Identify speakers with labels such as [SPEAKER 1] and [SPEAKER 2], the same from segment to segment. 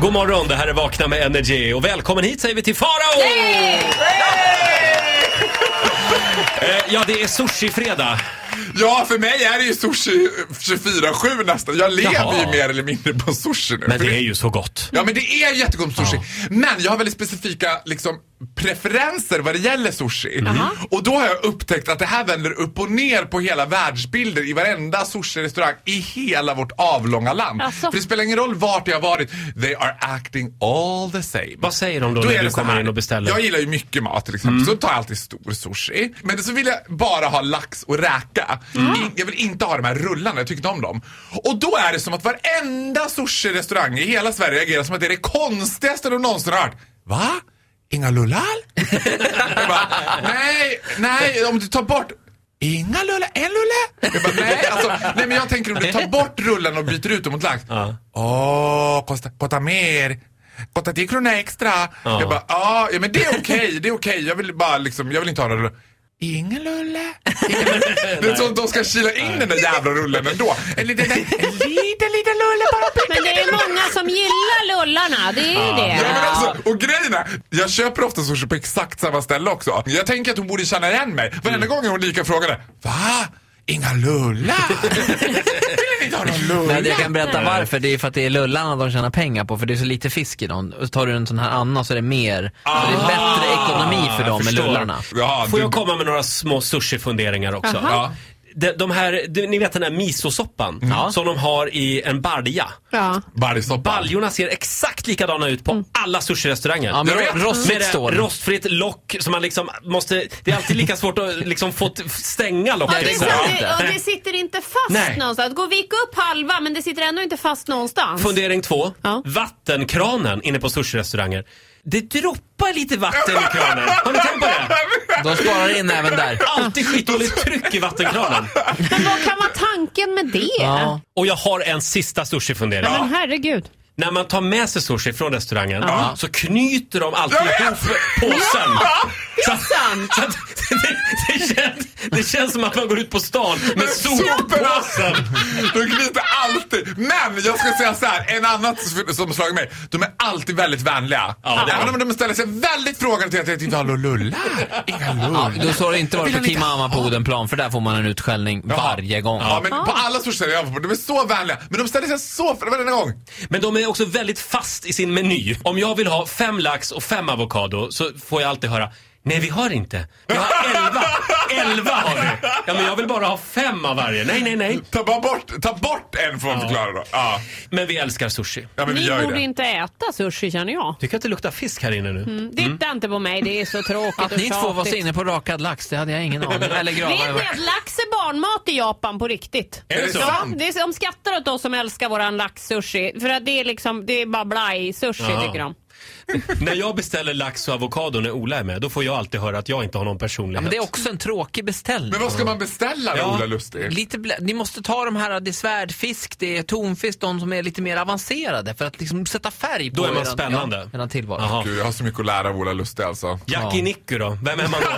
[SPEAKER 1] God morgon, det här är Vakna med Energy och välkommen hit säger vi till Farao! Eh, Ja, det är sushi-fredag.
[SPEAKER 2] Ja, för mig är det ju sushi 24-7 nästan. Jag lever
[SPEAKER 1] Jaha.
[SPEAKER 2] ju mer eller mindre på sushi nu.
[SPEAKER 1] Men
[SPEAKER 2] För
[SPEAKER 1] det är ju så gott.
[SPEAKER 2] Ja, men det är jättegott sushi. Men jag har väldigt specifika liksom, preferenser vad det gäller sushi.
[SPEAKER 1] Mhm.
[SPEAKER 2] Mm. Och då har jag upptäckt att det här vänder upp och ner på hela världsbilder i varenda sushi-restaurang i hela vårt avlånga land.
[SPEAKER 3] Alltså.
[SPEAKER 2] För det spelar ingen roll vart jag har varit, they are acting all the same.
[SPEAKER 1] Vad säger de då
[SPEAKER 2] Då
[SPEAKER 1] när
[SPEAKER 2] är
[SPEAKER 1] du
[SPEAKER 2] det så
[SPEAKER 1] kommer
[SPEAKER 2] här.
[SPEAKER 1] in och beställer? Mm.
[SPEAKER 2] Jag gillar ju mycket mat till exempel, så då tar jag alltid stor sushi. Men så vill jag bara ha lax och räka.
[SPEAKER 1] Mm.
[SPEAKER 2] In, jag vill inte ha de här rullarna, jag tycker inte om dem. Och då är det som att varenda sushi-restaurang i hela Sverige reagerar som att det är det konstigaste de någonsin har hört. Va? Inga lullar? jag bara, nej, nej, om du tar bort Inga lulle, en lulle? Jag bara, nej, alltså, nej, men jag tänker om du tar bort rullen och byter ut dem mot lax. Åh,
[SPEAKER 1] Ja.
[SPEAKER 2] kosta, kosta mer. Kosta 10 kronor extra.
[SPEAKER 1] Ja.
[SPEAKER 2] Jag bara, ja, ja, men det är okej, det är okej. Jag vill bara liksom, jag vill inte ha några rullar. Ingen lulle. Ingen lulle. Det är som att de ska kila in den där jävla rullen ändå. En liten, en liten, liten lulle bara.
[SPEAKER 3] Men det är många som gillar lullarna, det är ju det.
[SPEAKER 2] Ja, men alltså, och grejen är, jag köper ofta sushi på exakt samma ställe också. Jag tänker att hon borde känna igen mig.
[SPEAKER 4] Mm.
[SPEAKER 2] Varenda gång är hon lika frågande. Va? Inga lullar? Vill ni inte ha någon lulla?
[SPEAKER 4] Nej, jag kan berätta varför. Det är för att det är lullarna de tjänar pengar på, för det är så lite fisk i dem. Och tar du en sån här annan så är det mer. Så det är bättre ekonomi för dem med
[SPEAKER 1] förstår.
[SPEAKER 4] lullarna.
[SPEAKER 2] Ja,
[SPEAKER 1] Får
[SPEAKER 2] du-
[SPEAKER 1] jag komma med några små sushi-funderingar också?
[SPEAKER 3] Jaha.
[SPEAKER 2] Ja.
[SPEAKER 1] De, de här, du, ni vet den här misosoppan som de har i en balja.
[SPEAKER 3] Ja.
[SPEAKER 2] Baljsoppa.
[SPEAKER 1] Baljorna ser exakt likadana ut på alla sushi-restauranger.
[SPEAKER 4] Ja, men
[SPEAKER 2] Jag vet.
[SPEAKER 1] Med
[SPEAKER 4] rostfritt
[SPEAKER 1] det
[SPEAKER 4] står det.
[SPEAKER 1] rostfritt lock som man liksom måste... Det är alltid lika svårt att liksom få t- stänga
[SPEAKER 3] Ja,
[SPEAKER 1] locket.
[SPEAKER 3] det, är
[SPEAKER 1] så
[SPEAKER 3] så,
[SPEAKER 1] här.
[SPEAKER 3] det, och det sitter inte fast
[SPEAKER 1] Nej.
[SPEAKER 3] någonstans. Gå vik upp halva men det sitter ändå inte fast någonstans.
[SPEAKER 1] Fundering två.
[SPEAKER 3] Ja.
[SPEAKER 1] Vattenkranen inne på sushi-restauranger. Det droppar lite vatten i kranen. Har ni tänkt på det?
[SPEAKER 4] De sparar in även där.
[SPEAKER 1] Alltid skitdåligt tryck i vattenkranen.
[SPEAKER 3] Men vad kan vara tanken med det?
[SPEAKER 4] Ja.
[SPEAKER 1] Och jag har en sista sushi-fundering.
[SPEAKER 3] Men herregud.
[SPEAKER 1] När man tar med sig sushi från restaurangen så knyter de alltid
[SPEAKER 2] Jag vet!
[SPEAKER 1] ihop påsen. Så, att-
[SPEAKER 3] sant.
[SPEAKER 1] så att det, det, känns, det känns som att man går ut på stan med
[SPEAKER 2] soporna!
[SPEAKER 1] soppåsen.
[SPEAKER 2] De knyter alltid. Men jag ska säga så här, en annan s- som slagit mig. De är alltid väldigt vänliga.
[SPEAKER 1] Ja, det är
[SPEAKER 2] Även om de ställer sig väldigt frågande till att jag inte har någon lulla. Inga
[SPEAKER 4] Ja,
[SPEAKER 2] lullar.
[SPEAKER 4] då står det inte varit
[SPEAKER 2] Vill
[SPEAKER 4] på
[SPEAKER 2] han
[SPEAKER 4] Kim
[SPEAKER 2] inte-
[SPEAKER 4] Amma på Odenplan, för där får man en utskällning varje gång.
[SPEAKER 2] Ja, men på alla sushi-ställen jag var på, de är så vänliga. Men de ställer sig så för varenda gång.
[SPEAKER 1] Men de är också väldigt fast i sin meny. Om jag vill ha fem lax och fem avokado så får jag alltid höra Nej vi har inte. Vi har elva. Elva har vi. Ja men jag vill bara ha fem av varje. Nej nej nej.
[SPEAKER 2] Ta bara bort, ta bort en för att förklara då. Ja.
[SPEAKER 1] Men vi älskar sushi.
[SPEAKER 2] Ja, men vi
[SPEAKER 3] Ni
[SPEAKER 2] gör ju
[SPEAKER 3] borde
[SPEAKER 2] det.
[SPEAKER 3] inte äta sushi känner jag. Mm.
[SPEAKER 1] Tycker att det luktar fisk här inne nu.
[SPEAKER 3] Titta inte på mig, det är så tråkigt
[SPEAKER 4] Att
[SPEAKER 3] och
[SPEAKER 4] ni två var så
[SPEAKER 3] tjatigt.
[SPEAKER 4] inne på rakad lax, det hade jag ingen aning om. Eller
[SPEAKER 3] Vet ni
[SPEAKER 4] gravar.
[SPEAKER 3] att lax är barnmat i Japan på riktigt?
[SPEAKER 2] Är det så?
[SPEAKER 3] Ja, det är, de skrattar åt oss som älskar våran laxsushi. För att det är liksom, det är bara blaj-sushi
[SPEAKER 1] Ja.
[SPEAKER 3] tycker de.
[SPEAKER 1] När jag beställer lax och avokado när Ola är med då får jag alltid höra att jag inte har någon personlighet.
[SPEAKER 4] Ja, men det är också en tråkig beställning.
[SPEAKER 2] Men vad ska man beställa då,
[SPEAKER 1] Ja.
[SPEAKER 2] Ola Lustig?
[SPEAKER 4] Lite blä- ni måste ta de här, det är svärdfisk, det är tonfisk, de som är lite mer avancerade för att liksom sätta färg på
[SPEAKER 1] Då är man
[SPEAKER 4] eran-
[SPEAKER 1] spännande.
[SPEAKER 4] Ja, eran tillvaro.
[SPEAKER 1] Jaha.
[SPEAKER 2] Gud, jag har så mycket att lära av Ola Lustig alltså.
[SPEAKER 1] Jackie Nicky då? Vem är man då?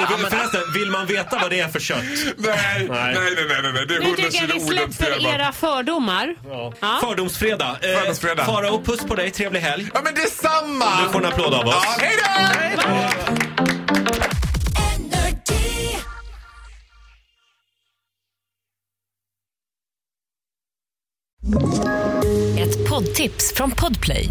[SPEAKER 1] Och Förresten, vill man veta vad det är för kött?
[SPEAKER 2] Nej, nej, nej, nej, nej, nej. det är
[SPEAKER 3] Nu
[SPEAKER 2] 100
[SPEAKER 3] tycker jag
[SPEAKER 2] kilo
[SPEAKER 3] vi
[SPEAKER 2] Ola
[SPEAKER 3] släpper
[SPEAKER 2] Lustig.
[SPEAKER 3] era fördomar. Ja.
[SPEAKER 1] Fördomsfredag. Eh,
[SPEAKER 2] Fördomsfredag.
[SPEAKER 1] Farao, puss på dig. Trevlig helg.
[SPEAKER 2] Ja, men det är samma!
[SPEAKER 1] Du får en applåd av oss.
[SPEAKER 2] Ja, hej då!
[SPEAKER 5] Ett poddtips från Podplay.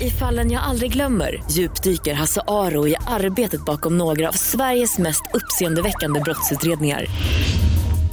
[SPEAKER 5] I fallen jag aldrig glömmer djupdyker Hasse Aro i arbetet bakom några av Sveriges mest uppseendeväckande brottsutredningar.